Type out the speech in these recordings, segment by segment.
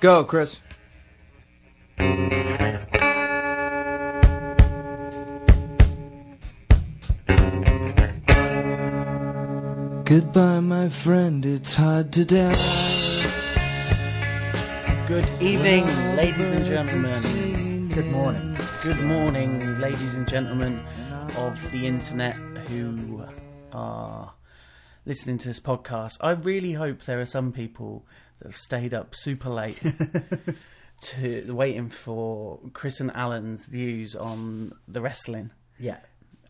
Go, Chris. Goodbye, my friend, it's hard to die. Good evening, ladies and gentlemen. Good morning. Good morning, ladies and gentlemen of the internet who are listening to this podcast. I really hope there are some people that have stayed up super late to waiting for Chris and Alan's views on the wrestling Yeah.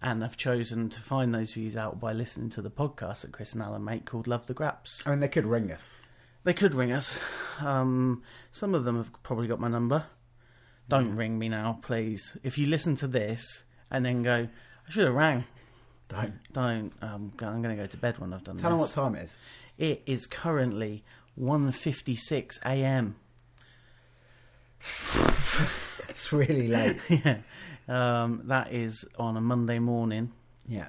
and have chosen to find those views out by listening to the podcast that Chris and Alan make called Love the Graps. I mean, they could ring us. They could ring us. Um, some of them have probably got my number. Don't Hmm. ring me now, please. If you listen to this and then go, I should have rang. Don't. Don't. Um, go- I'm going to go to bed when I've done Tell them what this. time it is. it is currently 1.56 a.m. It's really late. yeah. Um, that is on a Monday morning, yeah.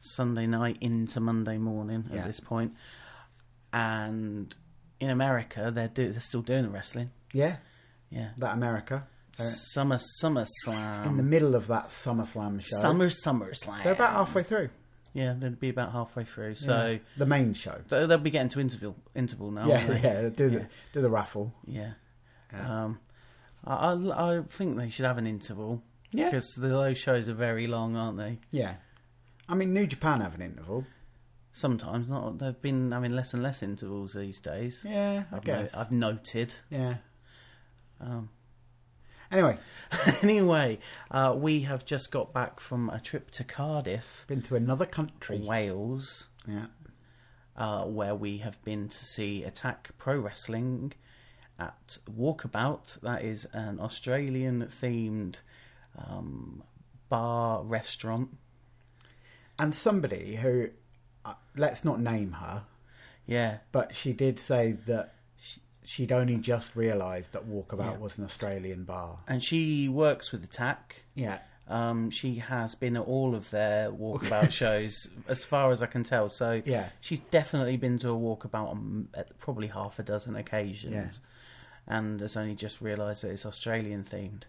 Sunday night into Monday morning at Yeah. this point. And in America, they're, do- they're still doing the wrestling. Yeah. Yeah. That America. They're Summer, summer slam. in the middle of that SummerSlam show. Summer, summer slam. They're about halfway through. Yeah, they'd be about halfway through. So The main show. th- they'll be getting to interval interval now. yeah, won't they? yeah. Do the do the raffle. yeah. Yeah. Um, I, I I think they should have an interval. Yeah. Because those shows are very long, aren't they? Yeah. I mean, New Japan have an interval. Sometimes not. They've been having less and less intervals these days. Yeah, I I've, no- guess. I've noted. yeah. Um, Anyway, anyway, uh, we have just got back from a trip to Cardiff, been to another country. Wales. Yeah. uh, where we have been to see Attack Pro Wrestling at Walkabout. That is an Australian themed um, bar restaurant. And somebody who, uh, let's not name her, Yeah, but she did say that sh- she'd only just realised that Walkabout Yeah. was an Australian bar. and she works with Attack. Yeah. Um, she has been at all of their walkabout shows, as far as I can tell. So Yeah. she's definitely been to a walkabout on uh, probably half a dozen occasions, and has only just realised that it's Australian themed.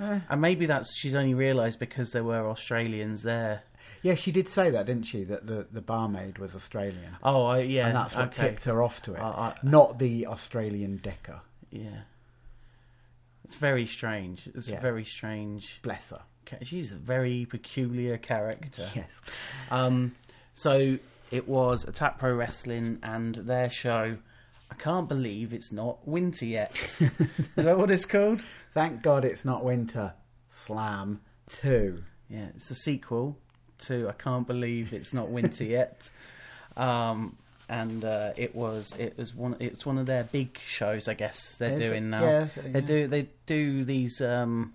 Eh. And maybe that's she's only realised because there were Australians there. Yeah, she did say that, didn't she? That the, the barmaid was Australian. Oh, I, yeah, and that's what okay. tipped her off to it. I- I- Not the Australian Decker. Yeah, it's very strange. It's Yeah. very strange. Bless her. ca- She's a very peculiar character. Yes. Um, so it was Attack Pro Wrestling and their show. I can't believe it's not winter yet. Is that what it's called? Thank God it's not winter. Slam 2. Yeah, it's a sequel to I can't believe it's not winter yet. Um, and uh, it was it was one it's one of their big shows I guess they're Is it? doing now. Yeah, They yeah. do they do these um,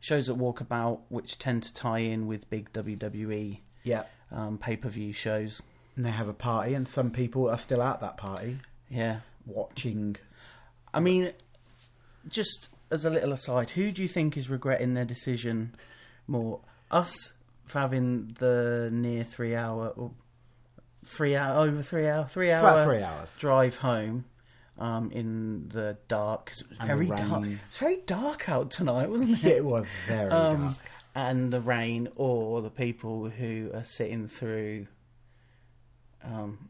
shows at Walkabout which tend to tie in with big WWE Yeah. um, pay per view shows. And they have a party, and some people are still at that party Yeah, watching. I mean, just as a little aside, who do you think is regretting their decision more? Us for having the near three hour or three hour over three hour three It's hour about three hours. drive home um, in the dark 'cause it was And the very dark. rain. It's very dark out tonight, wasn't it? It was very Um, dark. and the rain, or the people who are sitting through, um,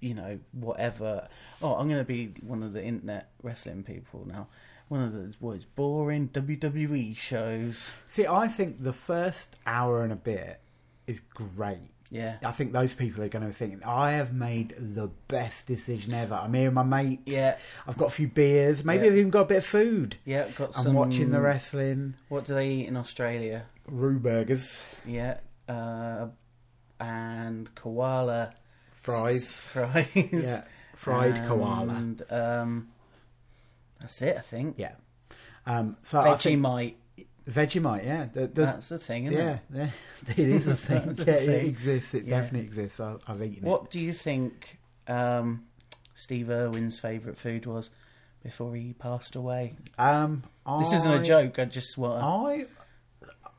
you know, whatever. Oh, I'm going to be one of the internet wrestling people now. One of the words boring WWE shows. See, I think the first hour and a bit is great. Yeah, I think those people are going to be thinking, I have made the best decision ever. I'm here with my mates. Yeah. I've got a few beers. Maybe Yeah. I've even got a bit of food. yeah. Got I'm some. watching the wrestling. What do they eat in Australia? Roo burgers. Yeah, uh, and koala Fries. fries. Yeah. Fried koala. And um, that's it, I think. Yeah. Um, so I think Vegemite. Vegemite, yeah. There- there's- That's the thing, isn't yeah, it? yeah. it is a thing. That's a yeah, it thing. exists. It Yeah. definitely exists. I, I've eaten it. What do you think um, Steve Irwin's favourite food was before he passed away? Um, This isn't a I- joke. I just want. hmm. I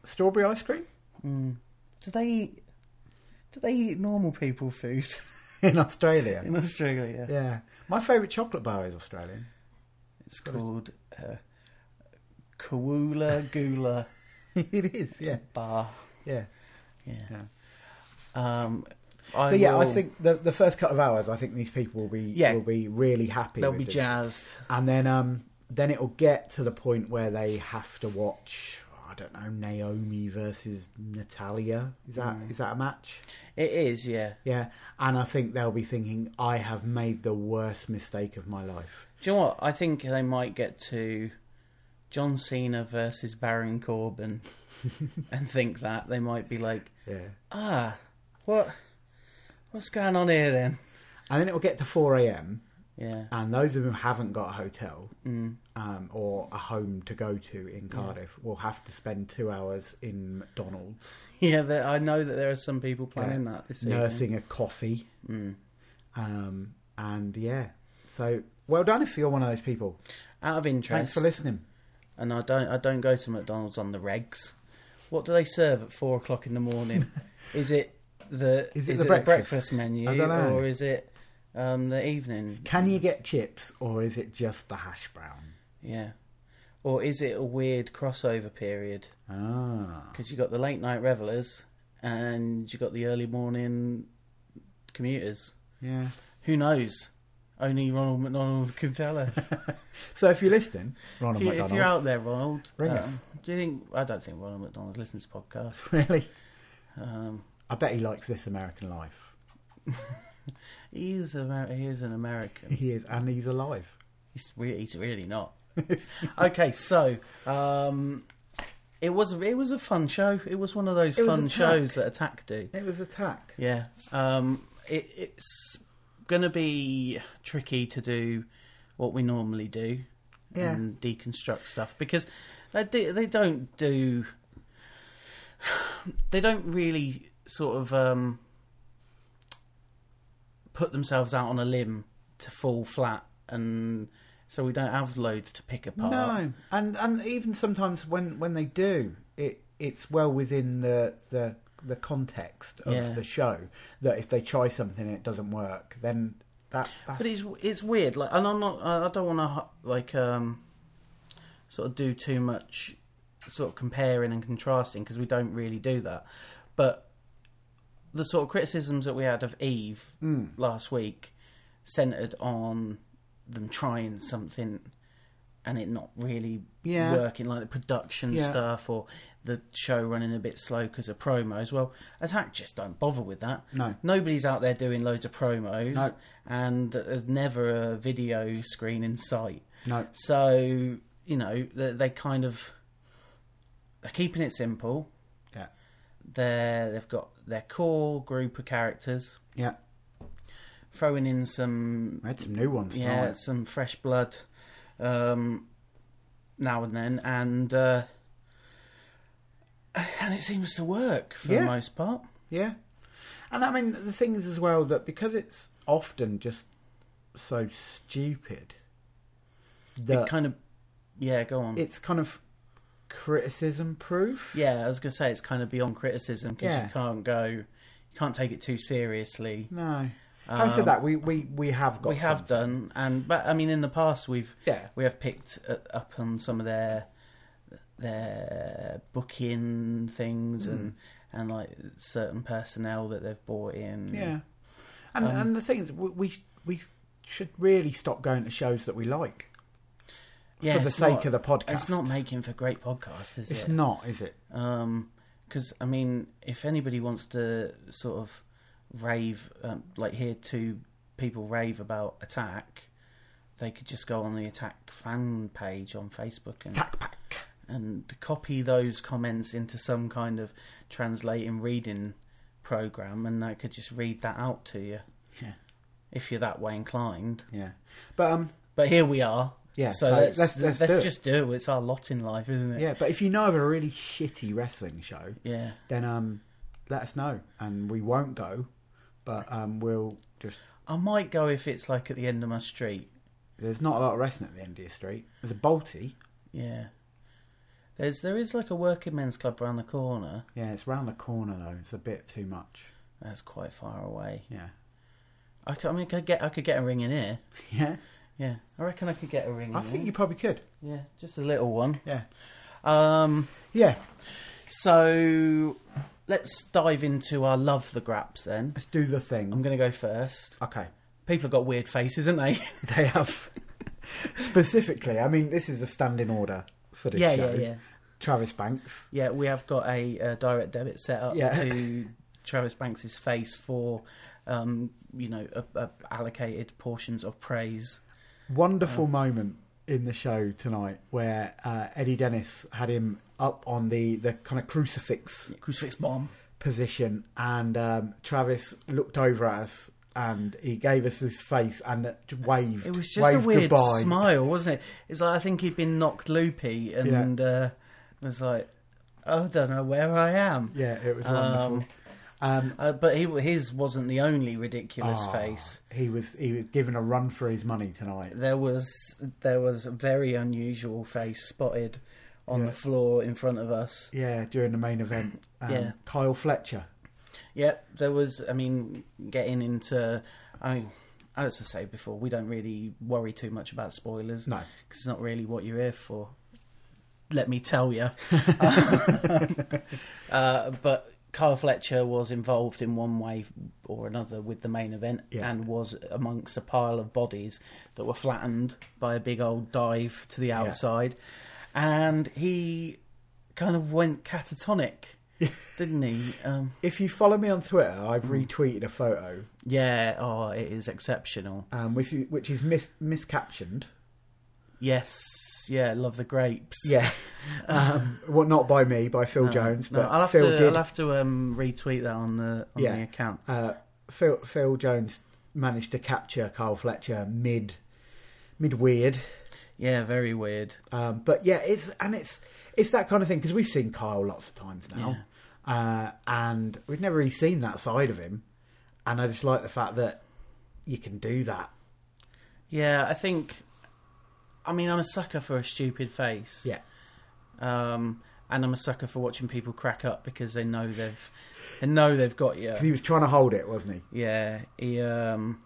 strawberry ice cream. Mm. Do they eat? Do they eat normal people food? in Australia. in Australia. Yeah. My favourite chocolate bar is Australian. It's called uh, Kawula Gula it is, yeah. Bar. Yeah. Yeah. Yeah. Um, I So yeah, I will- think the the first couple of hours I think these people will be Yeah. will be really happy. they'll with be this. jazzed. And then um then it'll get to the point where they have to watch I don't know, Naomi versus Natalia. Is that Mm. is that a match? It is, yeah. Yeah. And I think they'll be thinking, I have made the worst mistake of my life. Do you know what? I think they might get to John Cena versus Baron Corbin and think that they might be like, Yeah. ah, what, what's going on here then? And then it'll get to four AM Yeah, and those of them who haven't got a hotel mm, um, or a home to go to in Cardiff will have to spend two hours in McDonald's yeah. There, I know that there are some people planning that this evening. nursing a coffee. Mm. Um, and yeah, so well done if you're one of those people. Out of Thanks interest, for listening. and I don't, I don't go to McDonald's on the regs. What do they serve at four o'clock in the morning? is it the Is it the the breakfast? breakfast menu, I don't know. or is it um, the evening? Can you get chips or is it just the hash brown? Yeah. Or is it a weird crossover period? Ah, Because you got the late night revelers and you got the early morning commuters. yeah. Who knows? Only Ronald McDonald can tell us. So if you're listening, if, Ronald you, McDonald, are out there, Ronald, Ring um, us. Do you think? I don't think Ronald McDonald listens to podcasts. really, Um, I bet he likes this American life. he is Amer- he is an American. He is, and he's alive. He's really, he's really not. okay, so um, it was it was a fun show. It was one of those It was fun Attack. shows that Attack do. It was attack. Yeah. Um, it, it's going to be tricky to do what we normally do Yeah. and deconstruct stuff because they do, they don't do they don't really sort of um, put themselves out on a limb to fall flat and so we don't have loads to pick apart. No, and and even sometimes when when they do, it it's well within the the the context of Yeah. the show that if they try something and it doesn't work, then that that's But it's it's weird. Like, and I'm not. I I don't want to like um, sort of do too much sort of comparing and contrasting because we don't really do that. But the sort of criticisms that we had of Eve Hmm. last week centered on them trying something and it not really Yeah. working, like the production Yeah. stuff or the show running a bit slow because of promos. Well, Attack just don't bother with that. No. Nobody's out there doing loads of promos, No. and there's never a video screen in sight. no So you know they, they kind of they're keeping it simple. yeah They're they've got their core group of characters, yeah. throwing in some We had some new ones. yeah Yeah, some fresh blood um, now and then, and uh, and it seems to work for Yeah. the most part. yeah. And I mean the thing is as well that because it's often just so stupid that it kind of yeah go on it's kind of criticism proof. yeah i was gonna say it's kind of beyond criticism because Yeah. you can't go you can't take it too seriously No. Having said Um, that, we, we, we have got we have something. done and but i mean in the past we've Yeah. we have picked uh, up on some of their their booking things Mm. and and like certain personnel that they've bought in Yeah, and Um, and the thing is, we we- we should really stop going to shows that we like Yeah, for the it's sake not- of the podcast. it's not making for great podcasts is It's it not, is it? Um 'cause because I mean, if anybody wants to sort of rave, um, like hear two people rave about Attack, they could just go on the Attack fan page on Facebook and Tack pack. and copy those comments into some kind of translating reading program, and they could just read that out to you Yeah, if you're that way inclined. yeah. But um, But here we are. Yeah, So, so let's let's- let's, let's do it. just do it. It's our lot in life, isn't it? yeah. But if you know of a really shitty wrestling show, Yeah. then um, let us know, and we won't go, but um, we'll just. I might go if it's like at the end of my street. There's not a lot of wrestling at the end of your street. There's a Balti. Yeah. There's there is like a working men's club round the corner. Yeah, it's round the corner though. It's a bit too much. That's quite far away. Yeah. I, could, I mean, I could get I could get a ring in here. Yeah, Yeah, I reckon I could get a ring. I in think you here. probably could. Yeah, just a little one. Yeah, Um, yeah. so let's dive into our love the graps then. Let's do the I'm thing. going to go first. Okay, People have got weird faces, haven't they? they have specifically. I mean, this is a standing order for this yeah, show. yeah, yeah. Travis Banks. Yeah, we have got a uh, direct debit set up Yeah. to Travis Banks's face for, um, you know, a, a allocated portions of praise. Wonderful Uh-huh. moment in the show tonight where uh, Eddie Dennis had him up on the the kind of crucifix Crucifix bomb. position, and um, Travis looked over at us. And he gave us his face and waved. It was just waved a weird goodbye. smile, wasn't it? It's like I think he'd been knocked loopy and uh, was like, "Oh, I don't know where I am. Yeah, it was Um, wonderful. Um, Uh, but he, his wasn't the only ridiculous ah, face. He was he was given a run for his money tonight. There was there was a very unusual face spotted on Yeah. the floor in front of us. Yeah, during the main event. Um, Yeah. Kyle Fletcher. Yep, there was. I mean, getting into, I mean, as I say before, we don't really worry too much about spoilers No. because it's not really what you're here for. Let me tell you. uh, but Kyle Fletcher was involved in one way or another with the main event Yeah. and was amongst a pile of bodies that were flattened by a big old dive to the outside. And he kind of went catatonic, didn't he? Um, If you follow me on Twitter, I've Mm. retweeted a photo, yeah, oh, it is exceptional. um, which is, which is mis- miscaptioned. Yes, yeah, love the grapes. Yeah. um, well, not by me, by Phil Jones, No, but I'll have Phil to. did. I'll have to um, retweet that on the on Yeah. the account. uh, Phil Phil Jones managed to capture Kyle Fletcher mid mid weird. Yeah, very weird. Um, but yeah, it's and it's it's that kind of thing because we've seen Kyle lots of times now, uh, and we've never really seen that side of him. And I just like the fact that you can do that. Yeah, I think. I mean, I'm a sucker for a stupid face. Yeah, Um, and I'm a sucker for watching people crack up because they know they've, they know they've got you. 'Cause he was trying to hold it, wasn't he? Yeah, he. Um,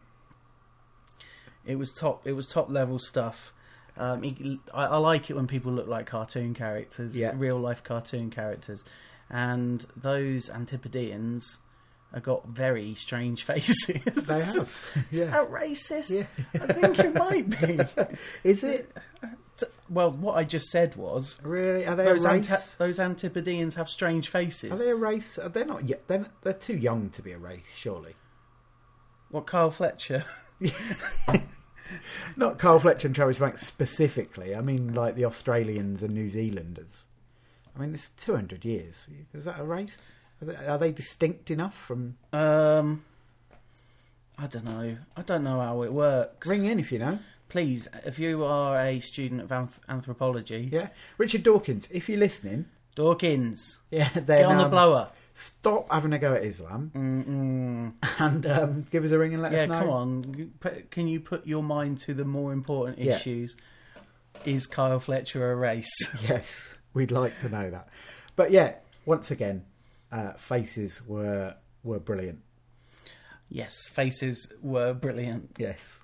it was top. It was top level stuff. Um, he, I, I like it when people look like cartoon characters, Yeah. real life cartoon characters, and those Antipodeans have got very strange faces. They have. Is Yeah. that racist? Yeah. I think it might be. Is it T- well, what I just said was really? Are they those, a anti- race? those Antipodeans have strange Are faces. they a race? Are they not yet? They're, they're too young to be a race, surely. What Carl Fletcher? Not Kyle Fletcher and Travis Banks specifically. I mean, like the Australians and New Zealanders. I mean, it's two hundred years. Is that a race? Are they, are they distinct enough from Um, I don't know. I don't know how it works. Ring in if you know. Please, if you are a student of anth- anthropology, Yeah. Richard Dawkins, if you're listening, Dawkins, yeah, then, get on the um, blower. Stop having a go at Islam Mm-mm. and um, give us a ring and let Yeah, us know. come on. You put- Can you put your mind to the more important Yeah. issues? Is Kyle Fletcher a race? Yes, we'd like to know that. But yeah, once again, uh, faces were were brilliant. yes, faces were brilliant. Yes.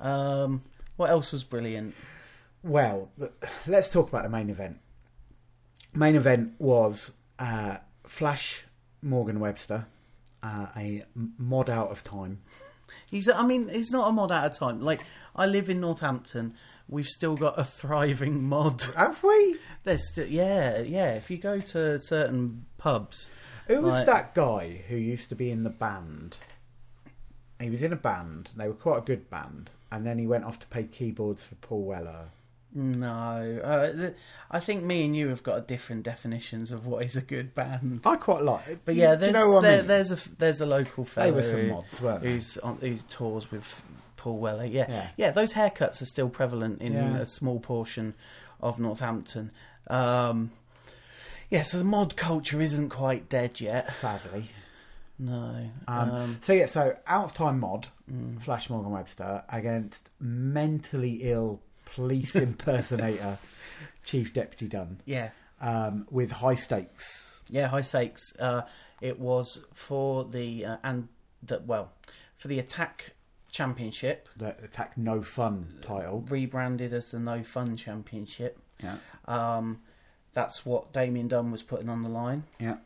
Um, what else was brilliant? Well, th- let's talk about the main event. Main event was uh, Flash Morgan Webster, uh, a m- mod out of time. He's, I mean, he's not a mod out of time. Like, I live in Northampton. We've still got a thriving mod. Have we? There's still, yeah, yeah. If you go to certain pubs, Who was Like- that guy who used to be in the band? He was in a band. They were quite a good band, and then he went off to play keyboards for Paul Weller. no. Uh, th- I think me and you have got different definitions of what is a good band. I quite like. it. But yeah, Do Oh, there's you know what I there, mean? there's a f- there's a local they fellow were some who- mods, weren't they? who's on, who tours with Paul Weller. Yeah. Yeah. yeah, Those haircuts are still prevalent in Yeah. a small portion of Northampton. Um, yeah, so the mod culture isn't quite dead yet. Sadly. No. Um, so yeah, so out of time mod, Mm. Flash Morgan Webster against mentally ill police impersonator Chief Deputy Dunn yeah. um, with high stakes. Yeah, high stakes. Uh, it was for the uh, and the well for the attack Championship, the attack no fun title. rebranded as the No Fun Championship. Yeah, Um, that's what Damien Dunn was putting on the line. yeah,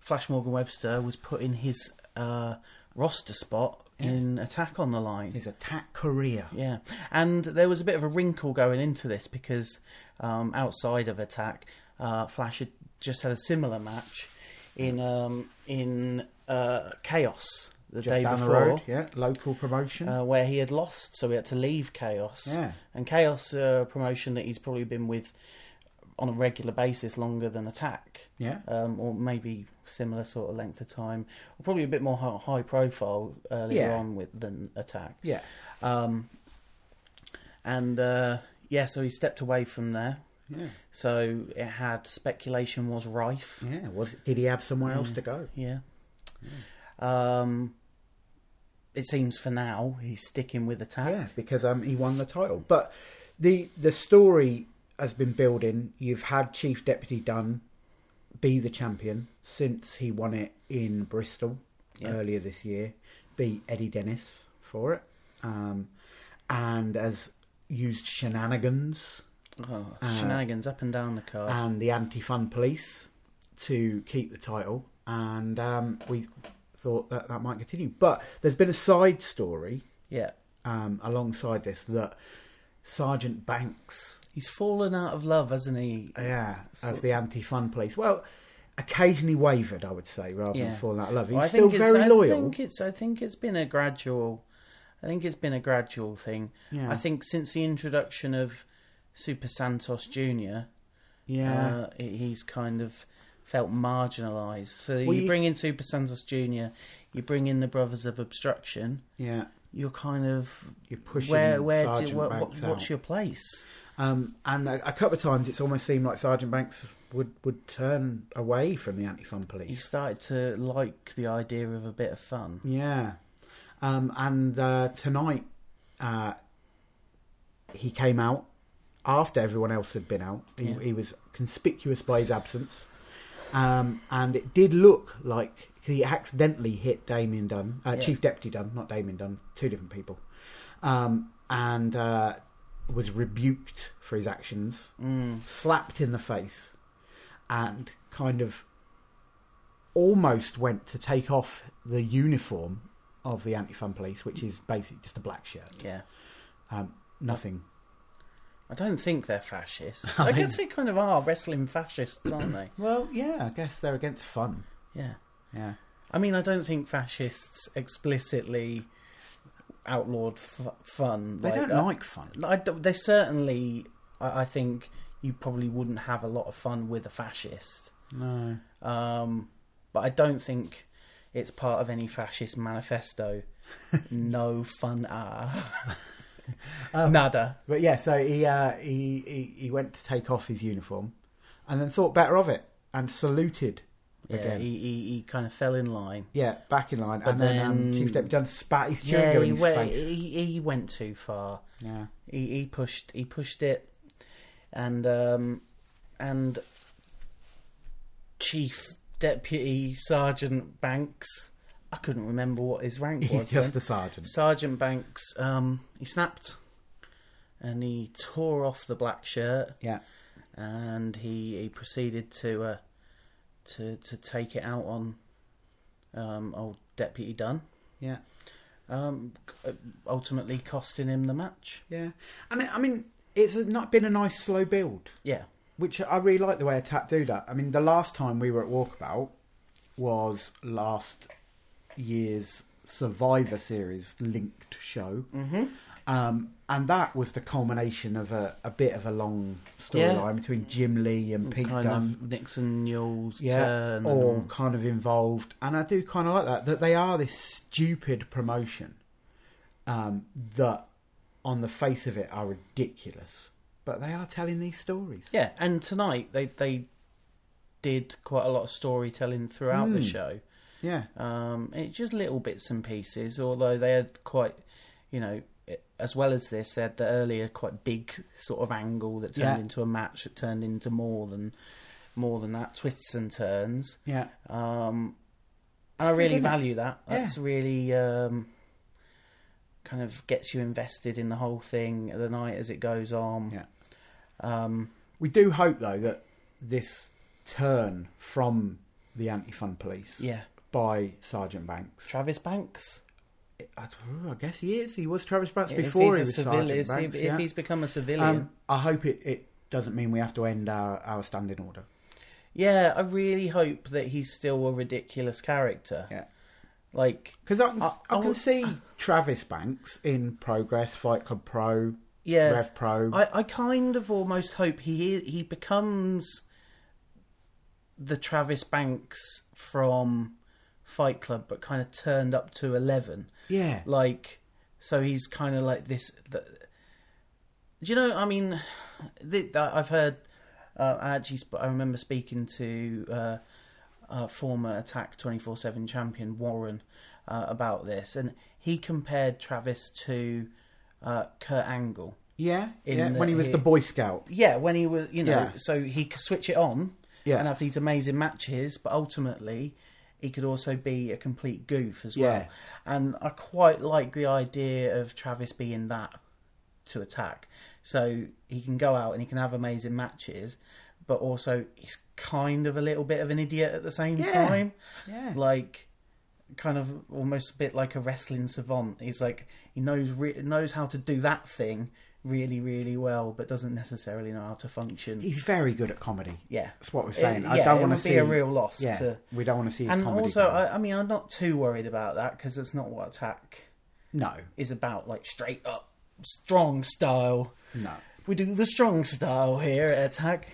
Flash Morgan Webster was putting his uh, roster spot in attack on the line. his attack career. Yeah, and there was a bit of a wrinkle going into this because um, outside of attack, uh, Flash had just had a similar match in um, in uh, Chaos the Just day down before, the road, yeah, local promotion. uh, where he had lost, so he had to leave Chaos. Yeah. and Chaos uh, a promotion that he's probably been with on a regular basis longer than attack yeah, um, or maybe similar sort of length of time, or probably a bit more hi- high profile earlier Yeah. on with than Attack. yeah. Um, and uh, yeah, so he stepped away from there. Yeah, So it had speculation was rife. yeah. Was did he have somewhere else Mm. to go? Yeah. Um, it seems for now he's sticking with Attack. Yeah, because um, he won the title. But the the story has been building. You've had Chief Deputy Dunn be the champion since he won it in Bristol Yeah. earlier this year, beat Eddie Dennis for it, um, and has used shenanigans Oh, Uh, shenanigans up and down the card. and the anti-fun police to keep the title, and um, we thought that that might continue. But there's been a side story yeah. um, alongside this that Sergeant Banks, He's fallen out of love, hasn't he? yeah, of the anti-fun police, well, occasionally wavered, I would say, rather Yeah. than falling out of love. He's Well, still very it's, I loyal. think it's. I think it's been a gradual. I think it's been a gradual thing. Yeah. I think since the introduction of Super Santos Junior, yeah, uh, he- he's kind of felt marginalised. So Well, you you- bring in Super Santos Junior, you bring in the Brothers of Obstruction. yeah. You're kind of You're pushing where where do, Sergeant what, Banks what, out. what's your place? Um, and a, a couple of times, it's almost seemed like Sergeant Banks would would turn away from the anti-fun police. He started to like the idea of a bit of fun. Yeah. Um, and uh, tonight, uh, he came out after everyone else had been out. He, Yeah. he was conspicuous by his absence. Um, and it did look like he accidentally hit Damien Dunn, uh, Yeah. Chief Deputy Dunn, not Damien Dunn, two different people, um, and uh, was rebuked for his actions, Mm. slapped in the face, and kind of almost went to take off the uniform of the anti-fun police, which is basically just a black shirt, Yeah. um, nothing. I don't think they're fascists. I I guess they kind of are wrestling fascists, aren't they? Well, yeah, I guess they're against fun. Yeah. Yeah, I mean, I don't think fascists explicitly outlawed f- fun. they don't I- like fun. I don't- they certainly. I, I think you probably wouldn't have a lot of fun with a fascist. No. Um, but I don't think it's part of any fascist manifesto. no fun ah. Um, Nada. But yeah, so he, uh, he he he went to take off his uniform, and then thought better of it and saluted Yeah, again. he, he, he kind of fell in line. Yeah, back in line, But and then, um, then- Chief Deputy Dunn spat his chewing Yeah, gum in he his went, face. he, he went too far. Yeah, he, he pushed he pushed it and um and chief deputy sergeant banks i couldn't remember what his rank was he's just then. a sergeant. sergeant banks um he snapped and he tore off the black shirt Yeah, and he he proceeded to uh to to take it out on um old deputy dunn yeah. um c- ultimately costing him the match Yeah, and I I mean, it's not been a nice slow build, yeah which I really like the way Attack do that. I mean, the last time we were at Walkabout was last year's Survivor Series linked show, mm-hmm. um, and that was the culmination of a, a bit of a long storyline Yeah. between Jim Lee and Pete kind Dunne. of Nixon Newell's yeah, turn. and all all. kind of involved. And I do kind of like that that they are this stupid promotion um, that, on the face of it, are ridiculous, but they are telling these stories. yeah, and tonight they they did quite a lot of storytelling throughout Hmm. the show. Yeah, Um, it's just little bits and pieces, although they had quite, you know, it- as well as this, they had the earlier quite big sort of angle that turned Yeah. into a match that turned into more than more than that twists and turns. yeah, Um, I really isn't it? value that. That's really um, kind of gets you invested in the whole thing the night as it goes on. Yeah. Um, We do hope though that this turn from the anti-fun police yeah. by Sergeant Banks. Travis Banks. I, I guess he is. He was Travis Banks If before he he's a was civilian, Sergeant if- Banks. if, yeah. he's become a civilian, um, I hope it, it doesn't mean we have to end our, our standing order. yeah, I really hope that he's still a ridiculous character. Yeah. Like, Because I, can- I- I I can would- see Travis Banks in Progress, Fight Club Pro, yeah, Rev Pro. I, I kind of almost hope he he becomes the Travis Banks from Fight Club, but kind of turned up to eleven. yeah. Like, so he's kind of like this. The, do you know? I mean, th- I've heard. Uh, I actually, sp- I remember speaking to uh, uh, former Attack twenty four seven champion Warren uh, about this, and he compared Travis to uh, Kurt Angle yeah. in yeah. the- when he was the he- Boy Scout. yeah, when he was, you know, Yeah. so he could switch it on Yeah. and have these amazing matches, but ultimately he could also be a complete goof as Yeah. well. And I quite like the idea of Travis being that to attack. So he can go out and he can have amazing matches, but also he's kind of a little bit of an idiot at the same Yeah. time. Yeah. Like, kind of almost a bit like a wrestling savant. He's like he knows re- knows how to do that thing really really well, but doesn't necessarily know how to function. He's very good at comedy. yeah, That's what we're saying. It- I yeah, don't it want would to be see a real loss. Yeah, to... we don't want to see a And comedy. also, guy. I, I mean, I'm not too worried about that because that's not what attack no, is about. Like straight up strong style. no. We do the strong style here at attack.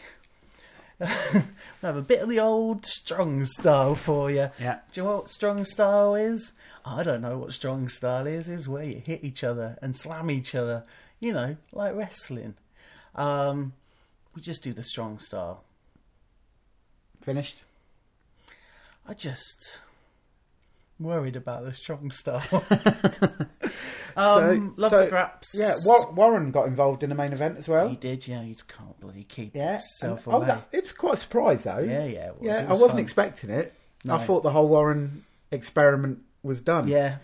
we have a bit of the old strong style for you. Yeah. Do you know what strong style is? I don't know what strong style is. Is where you hit each other and slam each other. You know, like wrestling. Um, we just do the strong style. Finished. I just worried about the strong style. um, love So- Um, so- the Um, graps. Yeah, Wa- Warren got involved in the main event as He well. did. Yeah, he can't bloody keep Yeah, and oh, himself I away. was, it was quite a surprise though. Yeah, yeah, it was. yeah. It was I wasn't fun. expecting it. No. I thought the whole Warren experiment was done. Yeah,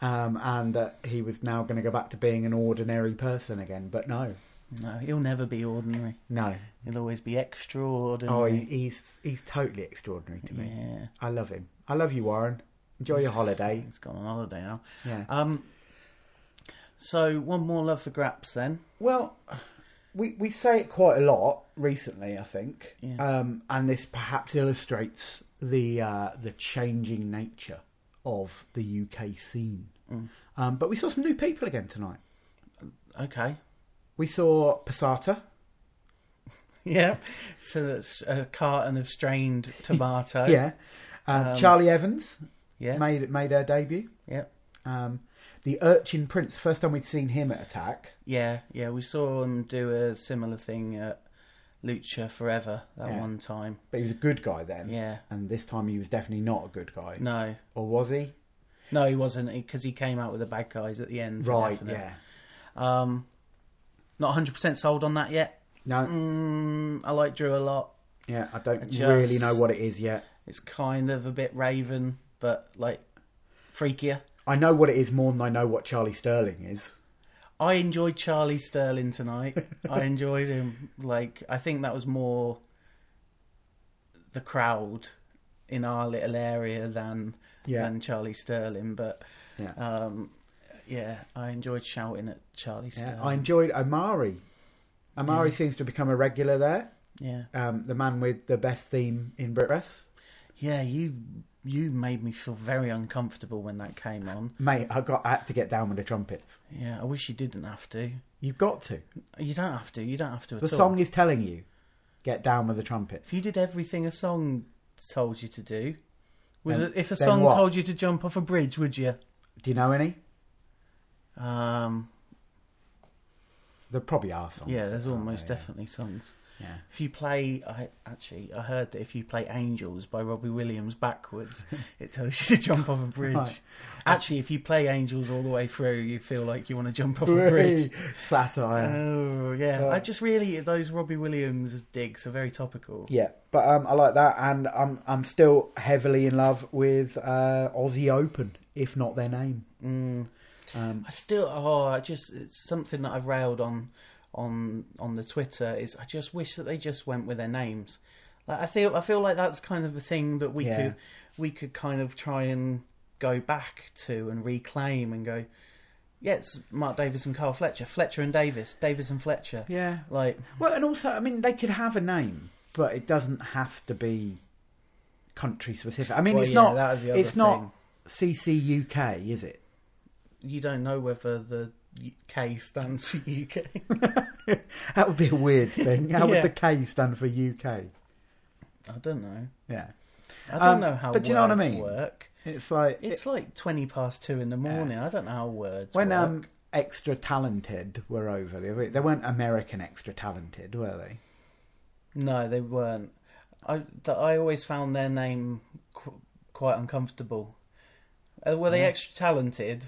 um, and that he was now going to go back to being an ordinary person again. But no, no, he'll never be ordinary. no. He'll always be extraordinary. Oh, he, he's he's totally extraordinary to me. yeah. I love him. I love you, Warren. Enjoy your holiday. Uh, He's gone on holiday now. Yeah. Um. So one more love the graps then. Well, we we say it quite a lot recently, I think, Yeah. um, and this perhaps illustrates the uh, the changing nature of the UK scene. Um, but we saw some new people again tonight. Okay. We saw Passata. Yeah. So that's a carton of strained tomato. Yeah. Um, Charlie Evans Oh. Yeah. made made her debut. Yeah. Um, the Urchin Prince, first time we'd seen him at Attack. Yeah, yeah, we saw him do a similar thing at Lucha Forever that Yeah. one time. But he was a good guy then. Yeah. And this time he was definitely not a good guy. No, Or was he? no, he wasn't because he came out with the bad guys at the end. for Right, definite. yeah. Um, not 100% sold on that yet. No, Mm, I like Drew a lot. yeah, I don't Just- really know what it is yet. It's kind of a bit Raven, but like freakier. I know what it is more than I know what Charlie Sterling is. I enjoyed Charlie Sterling tonight. I enjoyed him. Like I think that was more the crowd in our little area than Yeah. than Charlie Sterling. But Yeah. um, yeah, I enjoyed shouting at Charlie Yeah, Sterling. Yeah, I enjoyed Amari. Amari seems to become a regular there. yeah, Um, the man with the best theme in Brit Press. You you made me feel very uncomfortable when that came on. Mate, I got I had to get down with the trumpets. Yeah, I wish you didn't have to. You've got to. You don't have to. You don't have to at The all. song is telling you, get down with the trumpets. If you did everything a song told you to do, would Then- if a then song what? told you to jump off a bridge, would you? Do you know any? Um, There probably are songs. yeah, there's aren't almost there? definitely songs. Yeah. If you play, I actually I heard that if you play "Angels" by Robbie Williams backwards, it tells you to jump off a bridge. Right. Actually, if you play "Angels" all the way through, you feel like you want to jump off a bridge. Satire. Oh yeah, Yeah. I just really those Robbie Williams digs are very topical. yeah, but um, I like that, and I'm I'm still heavily in love with uh, Aussie Open, if not their name. Mm. Um, I still, oh, I just it's something that I've railed on, on on the Twitter is I just wish that they just went with their names. Like I feel, I feel like that's kind of the thing that we Yeah. could, we could kind of try and go back to and reclaim and go. Yeah, it's Mark Davis and Carl Fletcher, Fletcher and Davis, Davis and Fletcher. yeah. Like, Well, and also, I mean, they could have a name, but it doesn't have to be country specific. I mean, Well, it's yeah, not. that was the other it's not CCUK, is it? you don't know whether the K stands for UK. That would be a weird thing. How Yeah. would the K stand for UK? I don't know. Yeah, I don't Um, know how but words do you know what I mean? work. it's like It's like twenty past two in the morning. I don't know how words when work. um, extra talented were over the other week. They weren't American extra talented, were they? No, they weren't. I that I always found their name qu- quite uncomfortable. Uh, were they Yeah. extra talented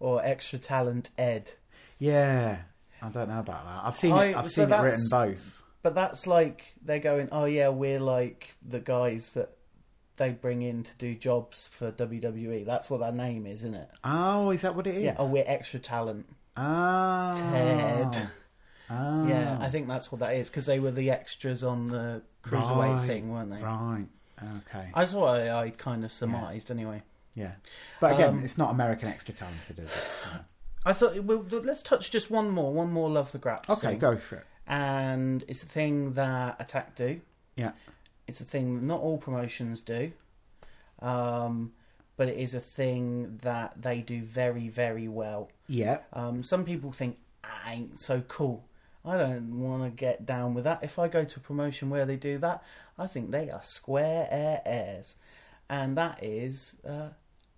or extra talent ed? Yeah, I don't know about that. I've seen it. I- I've so seen it written that's- both. But that's like they're going. Oh yeah, we're like the guys that they bring in to do jobs for WWE. That's what that name is, isn't it? Oh, is that what it is? Yeah. Oh, we're extra talent. Ah, Ted. Ah, Yeah, I think that's what that is because they were the extras on the cruiserweight Right, thing, weren't they? right. Okay. That's what I, I kind of surmised anyway. Yeah, but again, Um, it's not American extra talented, is it? I thought well, let's touch just one more, one more love the graps. No. Okay, thing. go for it. And it's a thing that Attack do. Yeah. It's a thing that not all promotions do, um, but it is a thing that they do very, very well. Yeah. Um, some people think "Ah, ain't so cool. I don't want to get down with that. If I go to a promotion where they do that, I think they are square air airs, and that is uh,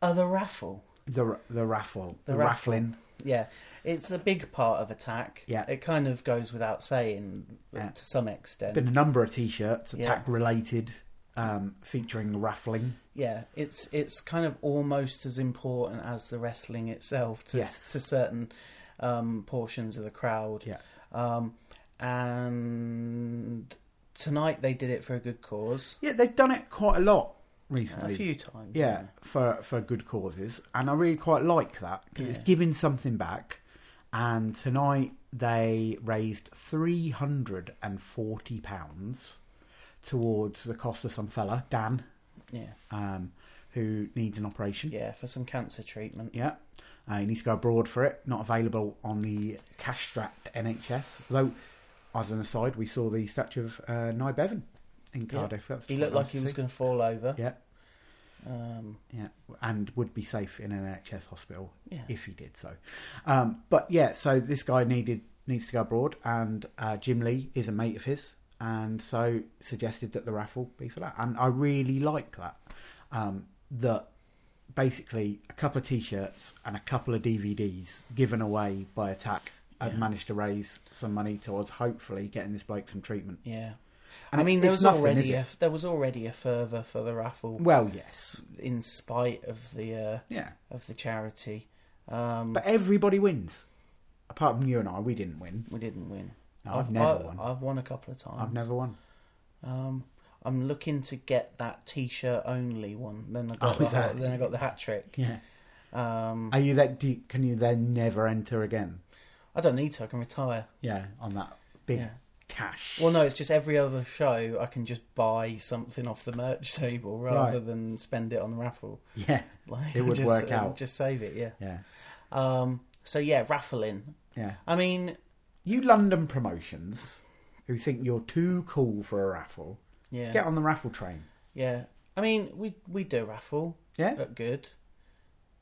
other raffle. The the raffle, the, The raffle. raffling. Yeah, it's a big part of attack. Yeah. it kind of goes without saying Yeah. to some extent. Been a number of t-shirts, Yeah. attack related, um, featuring raffling. yeah, it's it's kind of almost as important as the wrestling itself to Yes. to certain um, portions of the crowd. Yeah. Um, and tonight they did it for a good cause. Yeah, they've done it quite a lot A recently. few times. yeah, for for good causes, and I really quite like that because it's Yeah. giving something back. And tonight they raised three hundred and forty pounds towards the cost of some fella Dan, Yeah. um, who needs an operation. Yeah, for some cancer treatment. Yeah. Uh, he needs to go abroad for it. Not available on the cash strapped NHS. Though, as an aside, we saw the statue of uh, Nye Bevan in Cardiff. That was He quite looked nice like he to was see. going to fall over. Yeah, Um, yeah. And would be safe in an NHS hospital yeah. if he did so. Um, but yeah, so this guy needed needs to go abroad, and uh, Jim Lee is a mate of his, and so suggested that the raffle be for that. And I really like that. Um, that basically a couple of t-shirts and a couple of DVDs given away by Attack had Yeah. managed to raise some money towards hopefully getting this bloke some treatment. yeah. And I mean, it's- there it's was nothing, is already it? a, there was already a fervour for the raffle, well, yes, in spite of the uh, yeah, of the charity. Um, but everybody wins. Apart from you and I, we didn't win. we didn't win. No, I've, never I, won. I've won a couple of times. I've never won. Um, I'm looking to get that T-shirt only one. Then I got Oh, the, is that- then I got the hat trick. Yeah. Um, Are you that? Do you- can you then never enter again? I don't need to. I can retire. Yeah, on that big Yeah. cash. Well, no, it's just every other show I can just buy something off the merch table rather Right. than spend it on the raffle. Yeah, Like, It would just, uh, work out. Just save it, yeah. yeah, Um, so yeah, raffling. yeah. I mean, You London promotions who think you're too cool for a raffle, yeah, get on the raffle train. yeah. I mean, we we do raffle. Yeah, But good.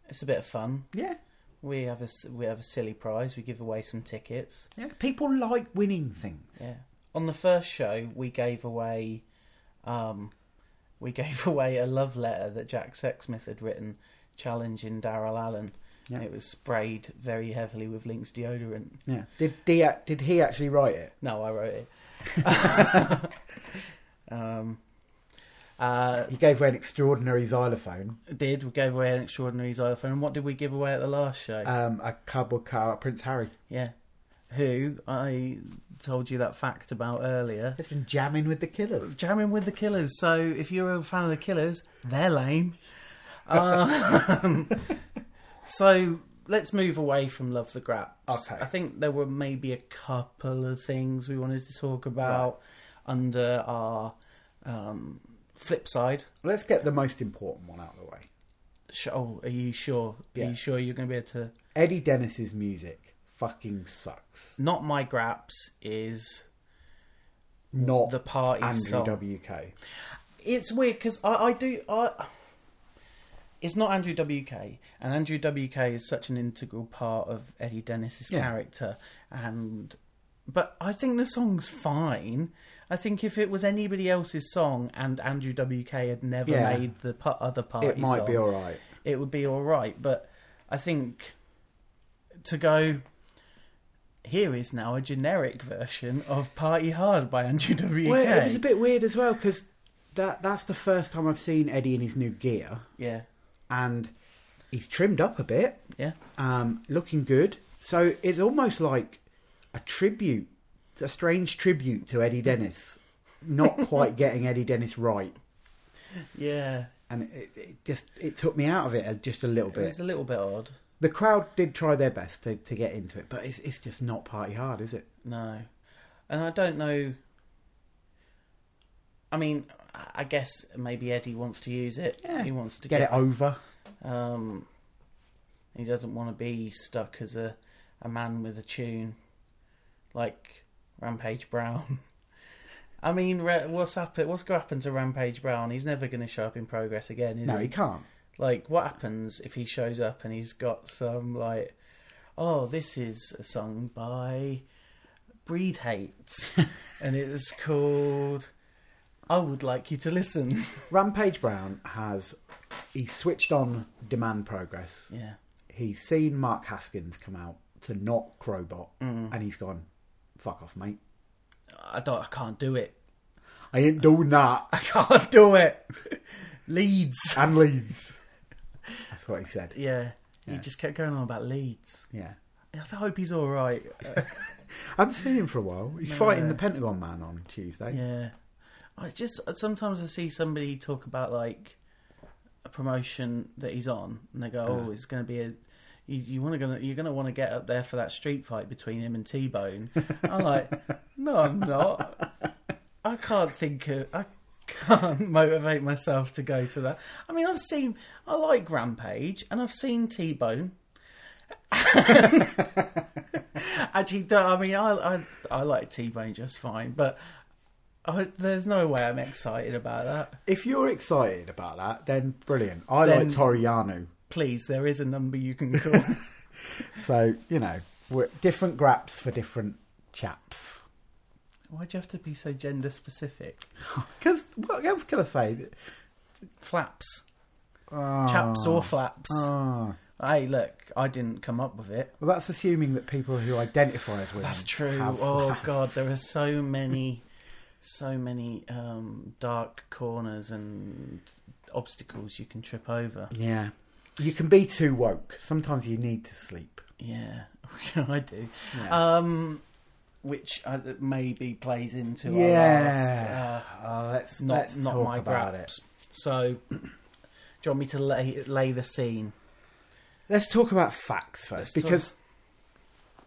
It's a bit of fun. yeah, We have a s- we have a silly prize. We give away some tickets. yeah. People like winning things. Yeah. On the first show, we gave away, um, we gave away a love letter that Jack Sexsmith had written, challenging Daryl Allen. Yeah. It was sprayed very heavily with Lynx deodorant. Yeah. Did he, did he actually write it? No, I wrote it. um, uh, He gave away an extraordinary xylophone, did we gave away an extraordinary xylophone? What did we give away at the last show? um, a cardboard car, Prince Harry. yeah, who I told you that fact about earlier. It's been jamming with the killers. Jamming with the Killers. So if you're a fan of the Killers, they're lame. Um, so let's move away from Love the Graps. Okay. I think there were maybe a couple of things we wanted to talk about under our um, flip side. Let's get the most important one out of the way. Sh- Oh, are you sure? Are Yeah. you sure you're going to be able to? Eddie Dennis's music fucking sucks. Not my Graps is Not the party Andrew song. WK. it's weird because I, I do I. It's not Andrew WK, and Andrew WK is such an integral part of Eddie Dennis's Yeah. character, and but I think the song's fine. I think if it was anybody else's song and Andrew WK had never Yeah. made the pa- other party It might song, be all right. it would be all right. But I think to go here is now a generic version of Party Hard by Andrew WK. Well, it was a bit weird as well because that that's the first time I've seen Eddie in his new gear, yeah, and he's trimmed up a bit, yeah. um, looking good. So it's almost like a tribute, a strange tribute to Eddie Dennis, not quite getting Eddie Dennis right, Yeah, and it, it just it took me out of it uh, just a little it was bit. a little bit odd. The crowd did try their best to, to get into it, but it's it's just not party hard, is it? No, and I don't know. I mean, I- I guess maybe Eddie wants to use it. Yeah, he wants to Get it over. Um, he doesn't want to be stuck as a a man with a tune like Rampage Brown. I mean, re- what's happened? What's going to happen to Rampage Brown? He's never going to show up in progress again. Is No, he? he can't. Like, what happens if he shows up and he's got some, like, oh, this is a song by Breed Hate, and it's called I Would Like You to Listen. Rampage Brown has he switched on demand progress. Yeah. He's seen Mark Haskins come out to not Crowbot, Mm. and he's gone, "Fuck off, mate! I don't, I can't do it. I ain't doing I that." can't do it. Leeds. and leaves. That's what he said. Yeah. He Yeah. just kept going on about Leeds. Yeah, I hope he's all right. I haven't seen him for a while. He's fighting the Pentagon Man on Tuesday. Yeah, I just uh, sometimes I see somebody talk about like a promotion that he's on, and they go, "Oh, it's going to be a." You, you want to gonna you're gonna want to get up there for that street fight between him and T Bone. I'm like, no, I'm not. I can't think of. I can't motivate myself to go to that. I mean, I've seen. I like Rampage, and I've seen T Bone. Actually, no, I mean, I I, I like T Bone just fine, but I, Oh, there's no way I'm excited about that. If you're excited about that, then brilliant. I Then- like Toriano, Please, there is a number you can call. so you know we're different graps for different chaps. Why do you have to be so gender specific? Because what else can I say? Flaps, Ah. chaps or flaps. Ah. Hey, look, I didn't come up with it. Well, that's assuming that people who identify as women. That's true. have Oh flaps. God, there are so many, so many um, dark corners and obstacles you can trip over. Yeah, you can be too woke. Sometimes you need to sleep. Uh, Yeah, I do. Yeah. Um, which uh, maybe plays into our last. Uh, yeah. Oh, let's not let's not talk my about graps. So, do you want me to lay lay the scene? it. Let's talk about facts 1st Let's talk- because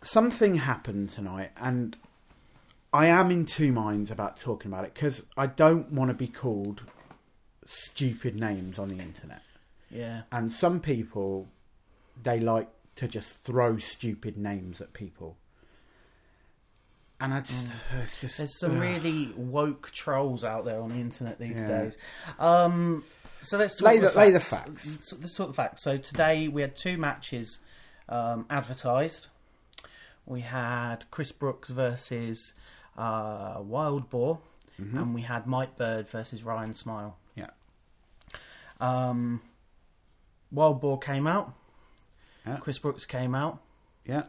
something happened tonight, and I am in two minds about talking about it because I don't want to be called stupid names on the internet. Yeah, and some people they like to just throw stupid names at people and i just, it's just Mm. uh, there's some ugh. really woke trolls out there on the internet these Yeah. days. Um, so let's talk Lay the- lay the facts. So, let's talk the facts. So today we had two matches um, advertised. We had Chris Brooks versus uh, Wild Boar, Mm-hmm. and we had Mike Bird versus Ryan Smile. yeah Um, Wild Boar came out. Yeah. Chris Brooks came out. yeah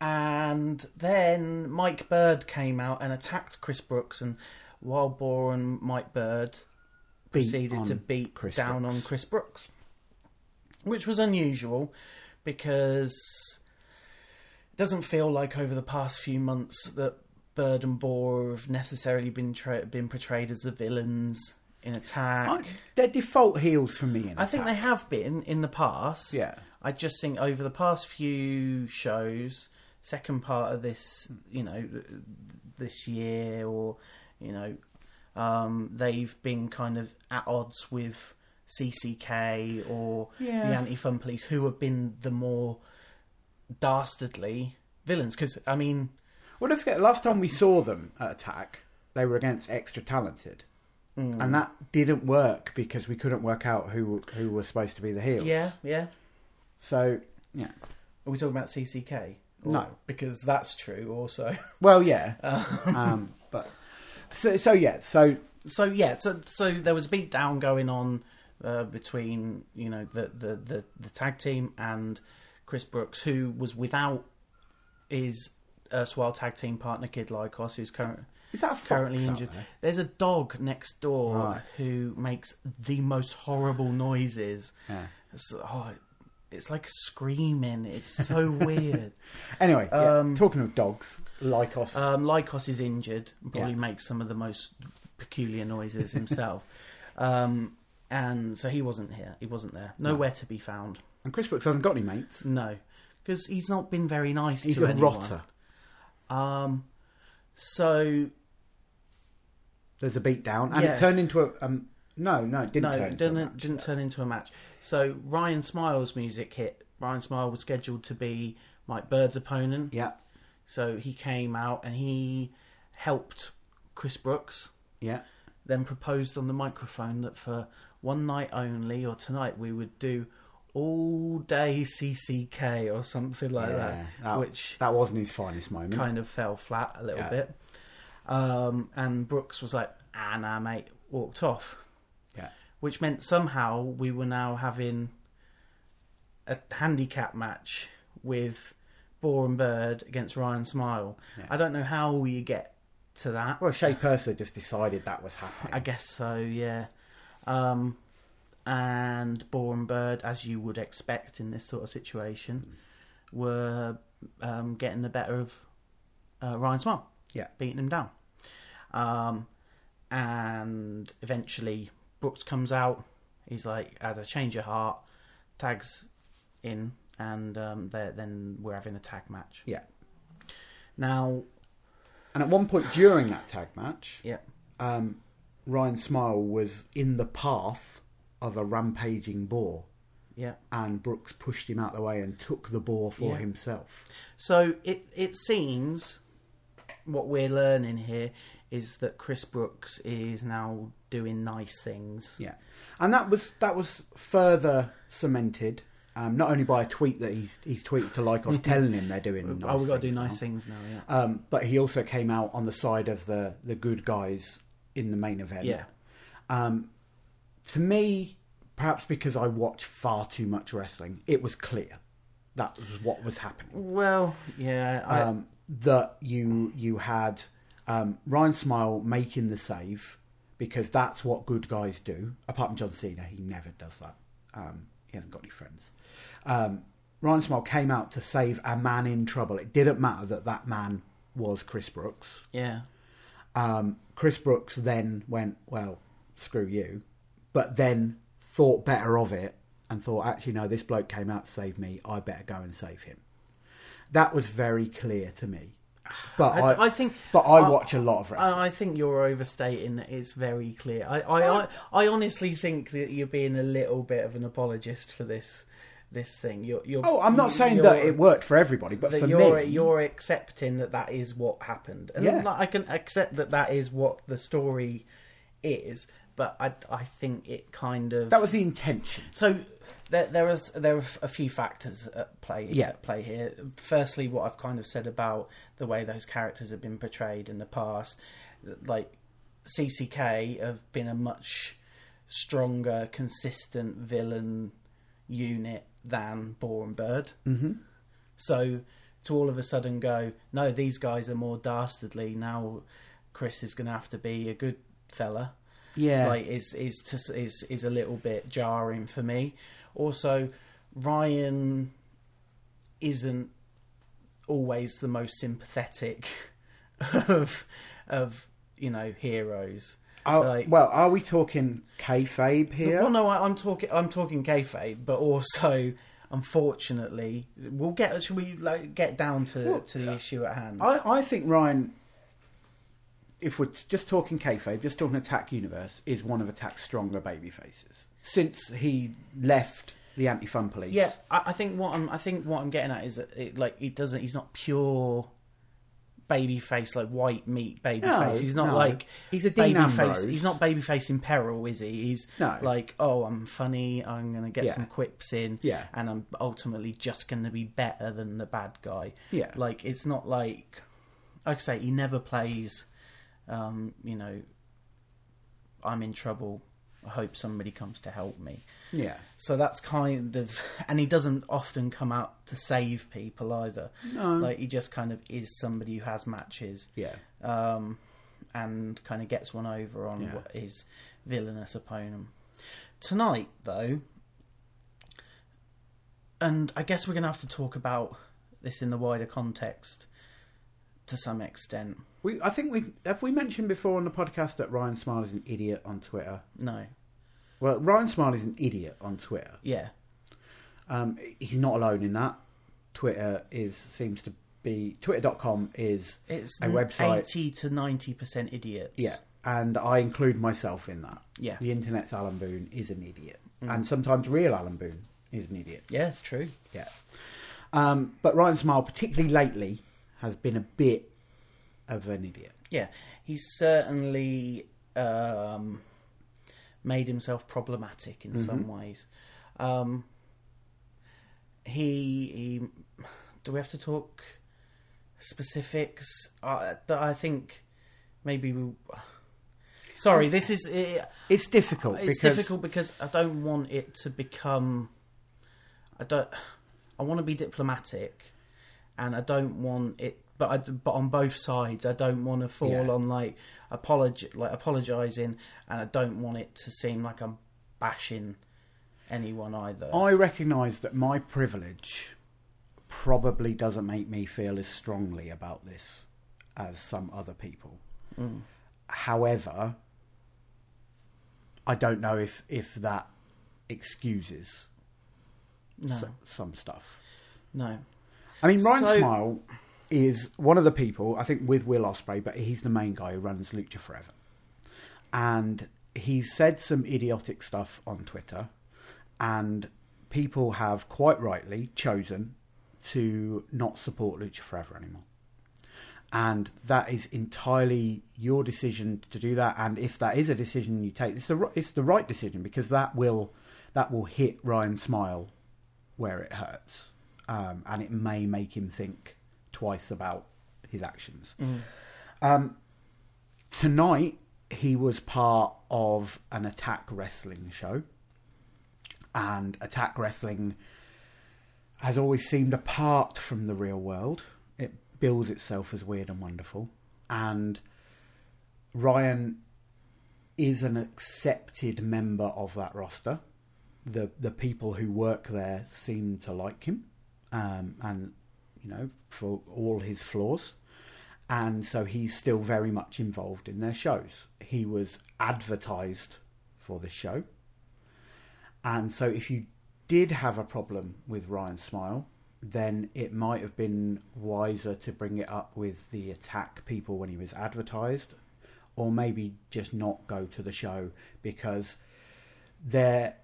And then Mike Bird came out and attacked Chris Brooks, and Wild Boar and Mike Bird Beat proceeded on to beat Chris down Brooks. on Chris Brooks, which was unusual because it doesn't feel like over the past few months that Bird and Boar have necessarily been tra- been portrayed as the villains in attack. I, they're default heels for me in I think attack. they have been in the past. Yeah. I just think over the past few shows, second part of this, you know, th- this year or, you know, um, they've been kind of at odds with CCK or the Yeah. Anti Fun Police, who have been the more dastardly villains. Because, I mean, Well, don't forget, last time we saw them at Attack, they were against Extra Talented. Mm. And that didn't work because we couldn't work out who who were supposed to be the heels. yeah, yeah. So, yeah. Are we talking about CCK? No. Because that's true also. Well, yeah. um, but so, so yeah. So so yeah, so so there was a beatdown going on uh, between you know the, the the the tag team and Chris Brooks, who was without his erstwhile tag team partner Kid Lycos, who's current, is that a fox currently out injured. there? There's a dog next door eh? Right. who makes the most horrible noises. Yeah. It's, oh, it's like screaming. It's so weird. Anyway, yeah, Um, talking of dogs, Lycos. Um, Lycos is injured, and probably Yeah. makes some of the most peculiar noises himself. um, and so he wasn't here. He wasn't there. Nowhere to be found. and Chris Brooks hasn't got any mates. No, because he's not been very nice He's Mm, to a anyone. rotter. Um, so There's a beat down, and Yeah. it turned into a um, no, no, it didn't no, turn into a didn't match. didn't turn into a match. So Ryan Smiles' music hit. Ryan Smile was scheduled to be Mike Bird's opponent. Yeah, So he came out and he helped Chris Brooks. yeah. then proposed on the microphone that for one night only or tonight we would do all day CCK or something like yeah. that, That, which that wasn't his finest moment. kind of fell flat a little Yeah. bit. Um, and Brooks was like, ah, nah, mate, walked off, Yeah, which meant somehow we were now having a handicap match with Boar and Bird against Ryan Smile. Yeah. I don't know how you get to that. well, Shea Purser just decided that was happening. I guess so, yeah. Um, and Boar and Bird, as you would expect in this sort of situation, were um, getting the better of uh, Ryan Small, Yeah. beating him down. Um, and eventually, Brooks comes out. He's like, had a change of heart, tags in, and um, they're- then we're having a tag match. yeah, Now, and at one point during that tag match, yeah, um, Ryan Smile was in the path of a rampaging boar, yeah. and Brooks pushed him out of the way and took the boar for Yeah. himself. So it it seems what we're learning here is that Chris Brooks is now doing nice things. Yeah, and that was that was further cemented. Um, not only by a tweet that he's he's tweeted to Lycos telling him they're doing. Nice Mm-hmm. oh, we've got to do things nice now. things now. Yeah. Um, but he also came out on the side of the the good guys in the main event. Yeah. Um, to me, perhaps because I watch far too much wrestling, it was clear that was what was happening. Well, yeah. I, Um, that you you had um, Ryan Smile making the save because that's what good guys do. Apart from John Cena, he never does that. Um, he hasn't got any friends. Um, Ryan Smile came out to save a man in trouble. It didn't matter that that man was Chris Brooks. yeah. Um, Chris Brooks then went, well, screw you, but then thought better of it and thought, actually, no, this bloke came out to save me. I better go and save him. That was very clear to me. But I, I, I think. but I, watch a lot of wrestling. I, I think you're overstating that it's very clear. I, I, I, I honestly think that you're being a little bit of an apologist for this this thing. You're, you're, oh, I'm not you- saying that you're- it worked for everybody, but that for you're me, you're accepting that that is what happened, and Yeah. like, I can accept that that is what the story is. But I I think it kind of that was the intention. so there there are there are a few factors at play Yeah. at play here. Firstly, what I've kind of said about the way those characters have been portrayed in the past, like CCK have been a much stronger, consistent villain unit than Boar and Bird. Mm-hmm. So to all of a sudden go, no, these guys are more dastardly. Now Chris is going to have to be a good fella Yeah. like is is to, is is a little bit jarring for me. Also, Ryan isn't always the most sympathetic of of you know heroes. Oh, Like- well, are we talking kayfabe here? Well, no, I, I'm talking I'm talking kayfabe, but also Unfortunately, we'll get. Should we like get down to Well, to the issue at hand? I, I think Ryan, if we're just talking kayfabe, just talking Attack Universe, is one of Attack's stronger baby faces since he left the anti-fun police. yeah, I, I think what I'm. I think what I'm getting at is that it like it doesn't. He's not pure baby face like white meat baby No, face. He's not no. like He's a Dean baby face. Ambrose. He's not baby face in peril, is he? He's No. like oh, I'm funny. I'm gonna get Yeah. some quips in. Yeah. and I'm ultimately just gonna be better than the bad guy. Yeah. like it's not like like I say he never plays. Um, you know, I'm in trouble. I hope somebody comes to help me. yeah. So that's kind of, and he doesn't often come out to save people either. No. Like he just kind of is somebody who has matches, Yeah. um, and kind of gets one over on Yeah. what his villainous opponent. Tonight, though, and I guess we're going to have to talk about this in the wider context to some extent. We, I think we have we mentioned before on the podcast that Ryan Smiley's an idiot on Twitter. No, Well, Ryan Smiley's an idiot on Twitter. yeah, Um, he's not alone in that. Twitter is seems to be twitter.com is it's a website. eighty to ninety percent idiots. Yeah, and I include myself in that. Yeah. Mm. the internet's Alan Boone is an idiot, and sometimes real Alan Boone is an idiot. yeah, it's true. Yeah, um, but Ryan Smile, particularly lately, has been a bit of an idiot. Yeah, he's certainly um, made himself problematic in some ways. Um, he, he, do we have to talk specifics? I, I think maybe we. Sorry, this is eh, It's difficult. it's because difficult because I don't want it to become. I don't. I want to be diplomatic, and I don't want it. But I, but on both sides, I don't want to fall Yeah. on like apolog like apologizing, and I don't want it to seem like I'm bashing anyone either. I recognise that my privilege probably doesn't make me feel as strongly about this as some other people. However, I don't know if, if that excuses no, s- some stuff. no, I mean, Ryan So- Smile is one of the people, I think, with Will Osprey, but he's the main guy who runs Lucha Forever. And he said some idiotic stuff on Twitter, and people have quite rightly chosen to not support Lucha Forever anymore. And that is entirely your decision to do that. And if that is a decision you take, it's the ri- it's the right decision because that will that will hit Ryan Smile where it hurts, um, and it may make him think twice about his actions. Um, tonight, he was part of an Attack Wrestling show, and Attack Wrestling has always seemed apart from the real world. It bills itself as weird and wonderful, and Ryan is an accepted member of that roster. The the people who work there seem to like him, um, and you know for all his flaws, and so he's still very much involved in their shows. He was advertised for the show, and so if you did have a problem with Ryan Smile, then it might have been wiser to bring it up with the attack people when he was advertised, or maybe just not go to the show because there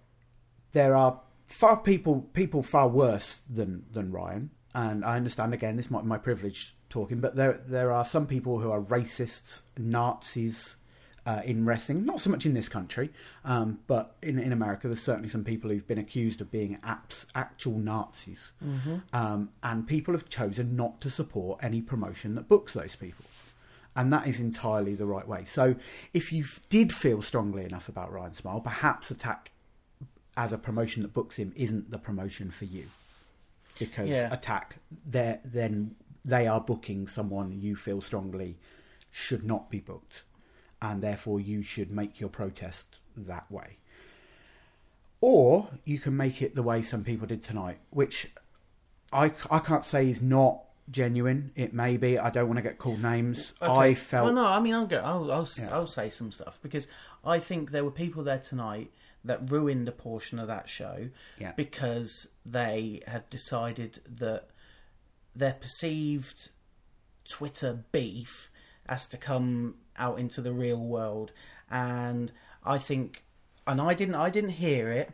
there are far people people far worse than than Ryan. And I understand again this might be my privilege talking, but there there are some people who are racists, Nazis. Uh, in wrestling, not so much in this country, um, but in, in America, there's certainly some people who've been accused of being apps, actual Nazis. Um, and people have chosen not to support any promotion that books those people and that is entirely the right way. So, if you f- did feel strongly enough about Ryan Smile, perhaps Attack as a promotion that books him isn't the promotion for you, because Yeah. Attack they then they are booking someone you feel strongly should not be booked, and therefore you should make your protest that way. Or you can make it the way some people did tonight, which I, I can't say is not genuine. It may be. I don't want to get called names. I Okay. felt Well, no, I mean, I'll go. I'll I'll, Yeah. I'll say some stuff because I think there were people there tonight that ruined a portion of that show Yeah. because they have decided that their perceived Twitter beef has to come out into the real world, and I think, and I didn't, I didn't hear it,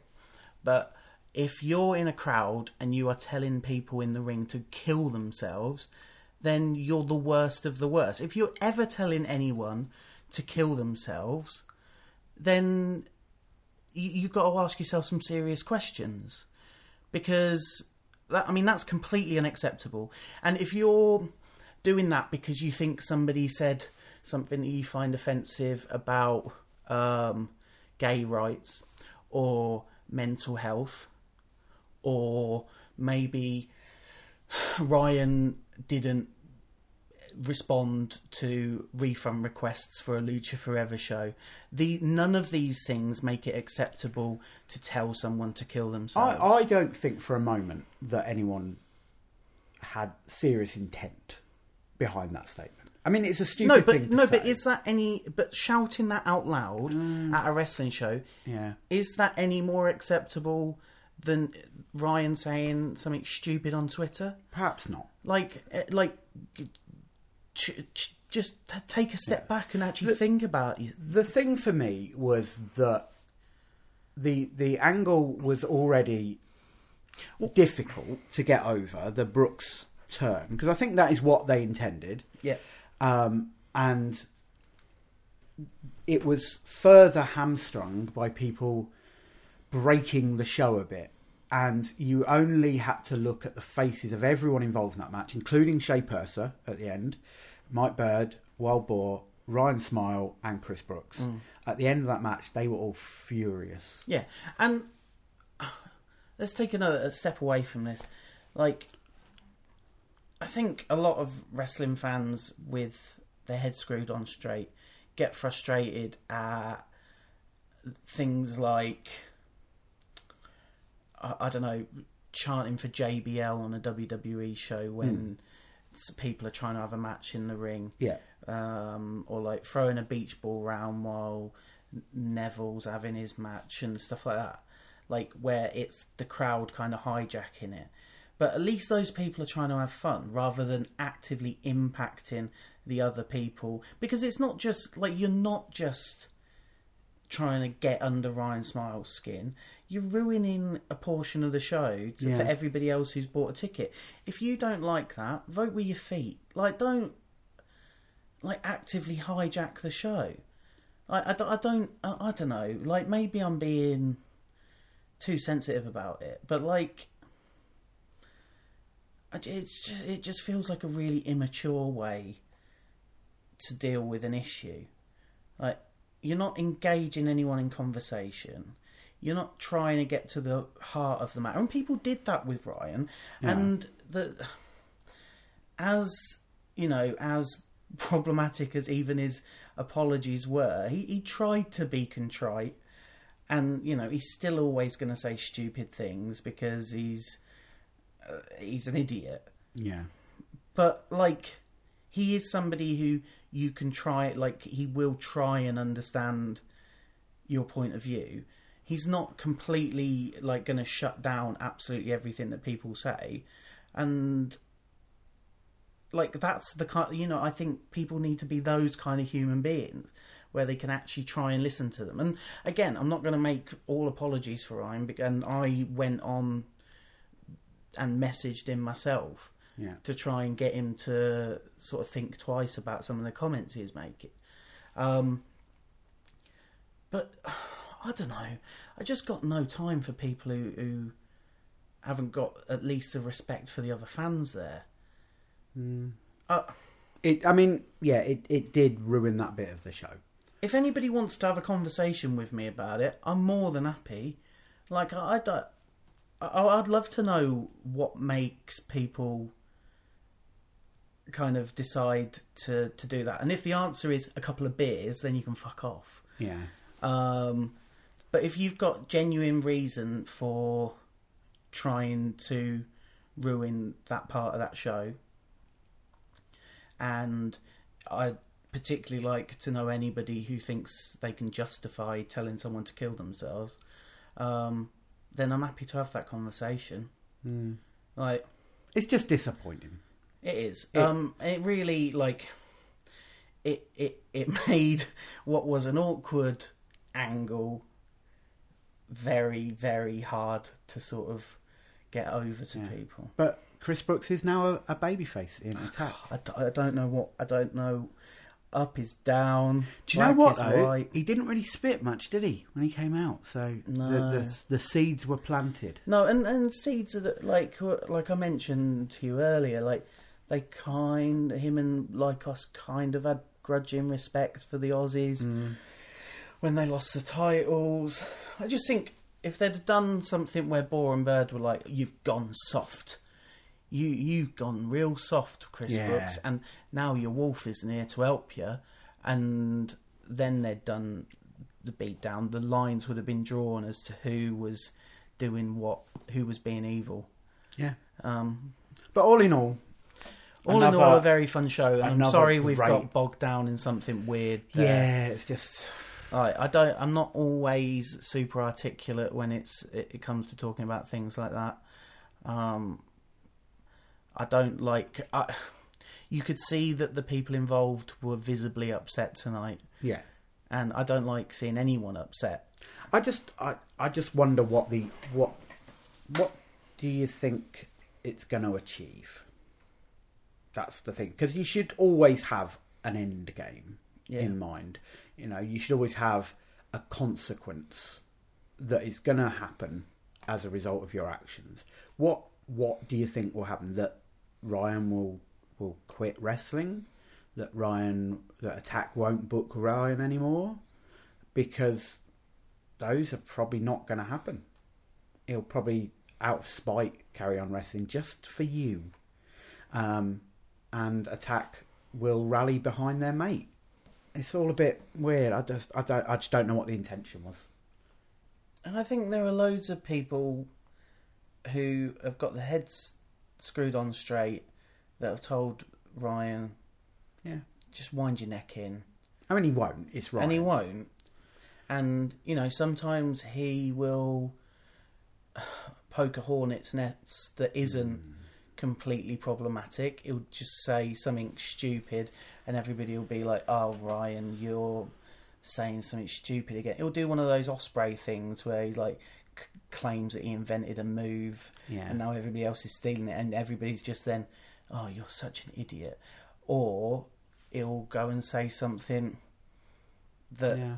but if you're in a crowd and you are telling people in the ring to kill themselves, then you're the worst of the worst. If you're ever telling anyone to kill themselves, then you, you've got to ask yourself some serious questions because that, I mean that's completely unacceptable. And if you're doing that because you think somebody said something that you find offensive about um, gay rights or mental health, or maybe Ryan didn't respond to refund requests for a Lucha Forever show. The none of these things make it acceptable to tell someone to kill themselves. I, I don't think for a moment that anyone had serious intent behind that statement. I mean, it's a stupid no, but thing to no, say. but is that any? But shouting that out loud at a wrestling show, Mm. Yeah. is that any more acceptable than Ryan saying something stupid on Twitter? Perhaps not. Like, eh, like, ch- ch- just t- take a step back and actually think about it. The thing for me was that the the angle was already difficult to get over the Brooks turn because I think that is what they intended. Yeah, um, and it was further hamstrung by people breaking the show a bit. And you only had to look at the faces of everyone involved in that match, including Shea Purser at the end, Mike Bird, Wild Boar, Ryan Smile, and Chris Brooks. At the end of that match, they were all furious. yeah, and let's take another step away from this. Like, I think a lot of wrestling fans with their head screwed on straight get frustrated at things like I, I don't know chanting for JBL on a WWE show when s people are trying to have a match in the ring Yeah. um, or like throwing a beach ball round while Neville's having his match and stuff like that. Like where it's the crowd kind of hijacking it. But at least those people are trying to have fun rather than actively impacting the other people. Because it's not just like you're not just trying to get under Ryan Smile's skin. You're ruining a portion of the show to, for Yeah. everybody else who's bought a ticket. If you don't like that, vote with your feet. Like, don't like actively hijack the show. Like, I, d- I don't, I, I don't know. Like, maybe I'm being too sensitive about it, but like, I j- it's just, it just feels like a really immature way to deal with an issue. Like, you're not engaging anyone in conversation. You're not trying to get to the heart of the matter. And people did that with Ryan. And the as you know, as problematic as even his apologies were, he, he tried to be contrite, and you know he's still always going to say stupid things because he's uh, he's an idiot. Yeah. But like, he is somebody who you can try. Like he will try and understand your point of view. He's not completely like going to shut down absolutely everything that people say, and like that's the kind you know I think people need to be those kind of human beings where they can actually try and listen to them. And again, I'm not going to make all apologies for Ryan, bec- and I went on and messaged him myself Yeah. to try and get him to sort of think twice about some of the comments he was making. Um, but I don't know. I just got no time for people who, who haven't got at least a respect for the other fans there. Uh, It. I mean, yeah. It, it did ruin that bit of the show. if anybody wants to have a conversation with me about it, I'm more than happy. Like I, I don't, I, would love to know what makes people kind of decide to to do that. And if the answer is a couple of beers, then you can fuck off. Yeah. Um, but if you've got genuine reason for trying to ruin that part of that show, and I'd particularly like to know anybody who thinks they can justify telling someone to kill themselves, um, then I'm happy to have that conversation. Mm. Like It's just disappointing. it is. It- um, it really like it it it made what was an awkward angle very very hard to sort of get over to Yeah. people. But Chris Brooks is now a, a babyface in Attack. I, d- I don't know what I don't know. Up is down. Do you know black what is though? white. He didn't really spit much, did he, when he came out? So No. the, the the seeds were planted. No, and and seeds are the- like like I mentioned to you earlier, like they kind him and Lycos kind of had grudging respect for the Aussies when they lost the titles. I just think if they'd have done something where Boar and Bird were like, "You've gone soft." You you've gone real soft, Chris Yeah. Brooks, and now your wolf isn't here to help you. And then they'd done the beatdown. The lines would have been drawn as to who was doing what, who was being evil. Yeah. Um, But all in all, all Another- in all, a very fun show. And I'm another sorry we've great- got bogged down in something weird. yeah, There. it's just I, I don't. I'm not always super articulate when it's it, it comes to talking about things like that. Um, I don't like. I, you could see that the people involved were visibly upset tonight, yeah. and I don't like seeing anyone upset. I just I, I just wonder what the what what do you think it's going to achieve? That's the thing because you should always have an end game Yeah. in mind. You know, you should always have a consequence that is going to happen as a result of your actions. What what do you think will happen? That Ryan will will quit wrestling? That Ryan that Attack won't book Ryan anymore? Because those are probably not going to happen. He'll probably, out of spite, carry on wrestling just for you. Um, and attack will rally behind their mate. It's all a bit weird. I just, I don't, I just don't know what the intention was. And I think there are loads of people who have got their heads screwed on straight that have told Ryan, Yeah, just wind your neck in. I mean, he won't. It's right. and he won't. And you know, sometimes he will poke a hornet's nest that isn't Hmm. completely problematic. He'll just say something stupid, and everybody will be like, "Oh, Ryan, you're saying something stupid again." He'll do one of those Osprey things where he like c- claims that he invented a move, Yeah. and now everybody else is stealing it, and everybody's just then, "Oh, you're such an idiot," or he'll go and say something that Yeah.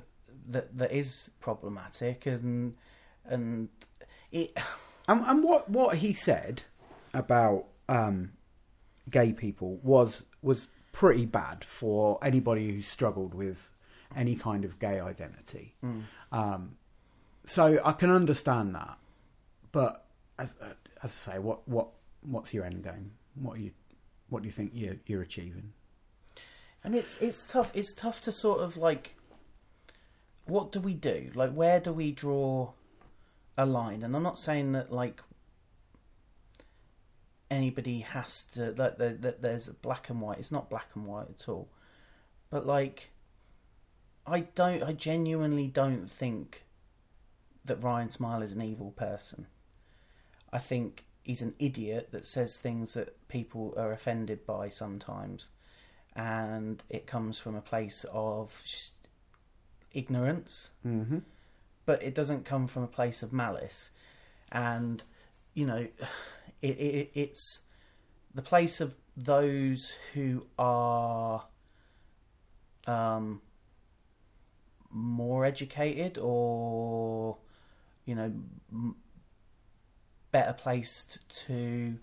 that that is problematic and and it And, and what what he said about um, gay people was was pretty bad for anybody who struggled with any kind of gay identity. Um, so I can understand that, but as, as I say, what what what's your end game? What are you what do you think you're you're achieving? and it's it's tough it's tough to sort of like what do we do like where do we draw a line and i'm not saying that like anybody has to like that that there's a black and white it's not black and white at all but like i don't i genuinely don't think that ryan smile is an evil person i think he's an idiot that says things that people are offended by sometimes and it comes from a place of sh- ignorance Mm-hmm. but it doesn't come from a place of malice. And you know, it, it it's the place of those who are um, more educated or you know m- better placed to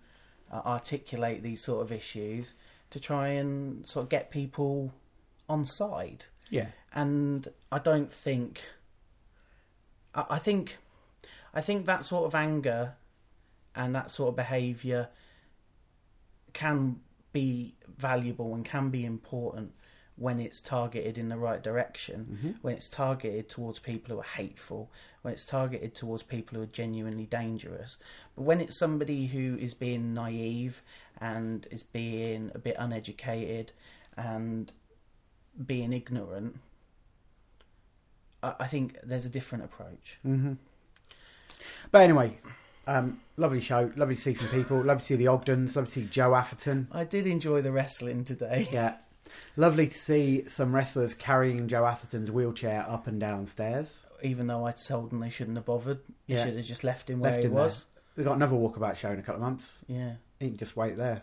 uh, articulate these sort of issues to try and sort of get people on side Yeah, and I don't think. I, I think, I think that sort of anger, and that sort of behaviour, can be valuable and can be important when it's targeted in the right direction. When it's targeted towards people who are hateful. When it's targeted towards people who are genuinely dangerous. But when it's somebody who is being naive and is being a bit uneducated and being ignorant, I, I think there's a different approach. mm-hmm. But anyway, um, lovely show. Lovely to see some people. lovely to see the Ogdens. Lovely to see Joe Atherton. I did enjoy the wrestling today. Yeah. Lovely to see some wrestlers carrying Joe Atherton's wheelchair up and down stairs. Even though I told them they shouldn't have bothered, they Yeah. should have just left him where Left he him there. was. We've got another walkabout show in a couple of months. Yeah. You can just wait there.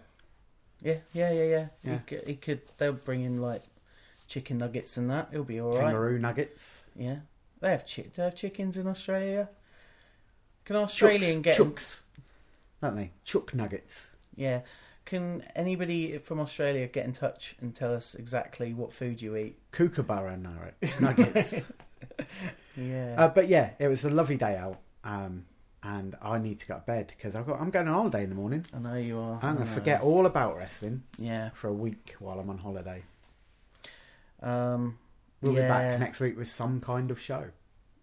Yeah, yeah, yeah, yeah. Yeah. He, could, he could. They'll bring in like chicken nuggets and that. It'll be all right. Kangaroo nuggets. Yeah, they have chi- do they have chickens in Australia. Can Australian Chooks- get? chooks, don't they? Chook nuggets. Yeah. Can anybody from Australia get in touch and tell us exactly what food you eat? Kookaburra nugget- nuggets. Yeah. uh, but yeah, it was a lovely day out, um, and I need to go to bed because I've got I'm going on holiday in the morning. I know you are. I I'm going to know. forget all about wrestling Yeah. for a week while I'm on holiday. Um. We'll yeah. be back next week with some kind of show.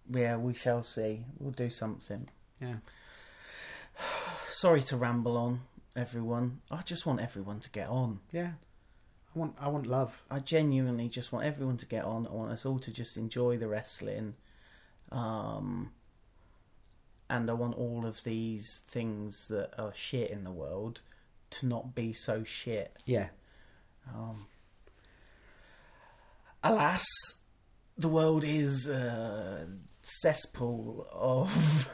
Yeah, we shall see. We'll do something. Yeah. Sorry to ramble on, everyone. I just want everyone to get on. Yeah, I want I want love. I genuinely just want everyone to get on. I want us all to just enjoy the wrestling. Um, and I want all of these things that are shit in the world to not be so shit. Yeah, Um, alas, the world is a cesspool of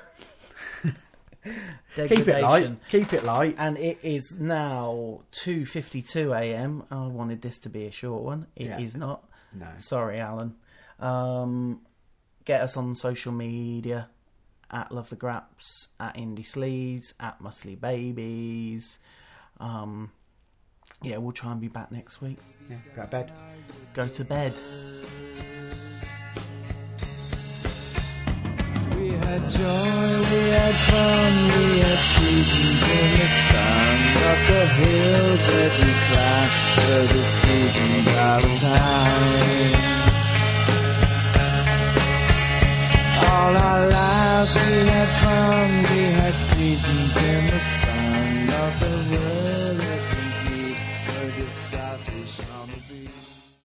keep it degradation. light. Keep it light. And it is now 2:52 a.m. I wanted this to be a short one. It is Yeah. not. No. Sorry, Alan. Um, get us on social media at Love the Graps, at Indie Sleeves, at Muscly Babies. Um, yeah, we'll try and be back next week. Yeah, go to bed. Go to bed. We had joy, we had fun, we had seasons in the sun. Up the hill that we climbed, were the seasons out of time. All our lives we had fun, we had seasons in the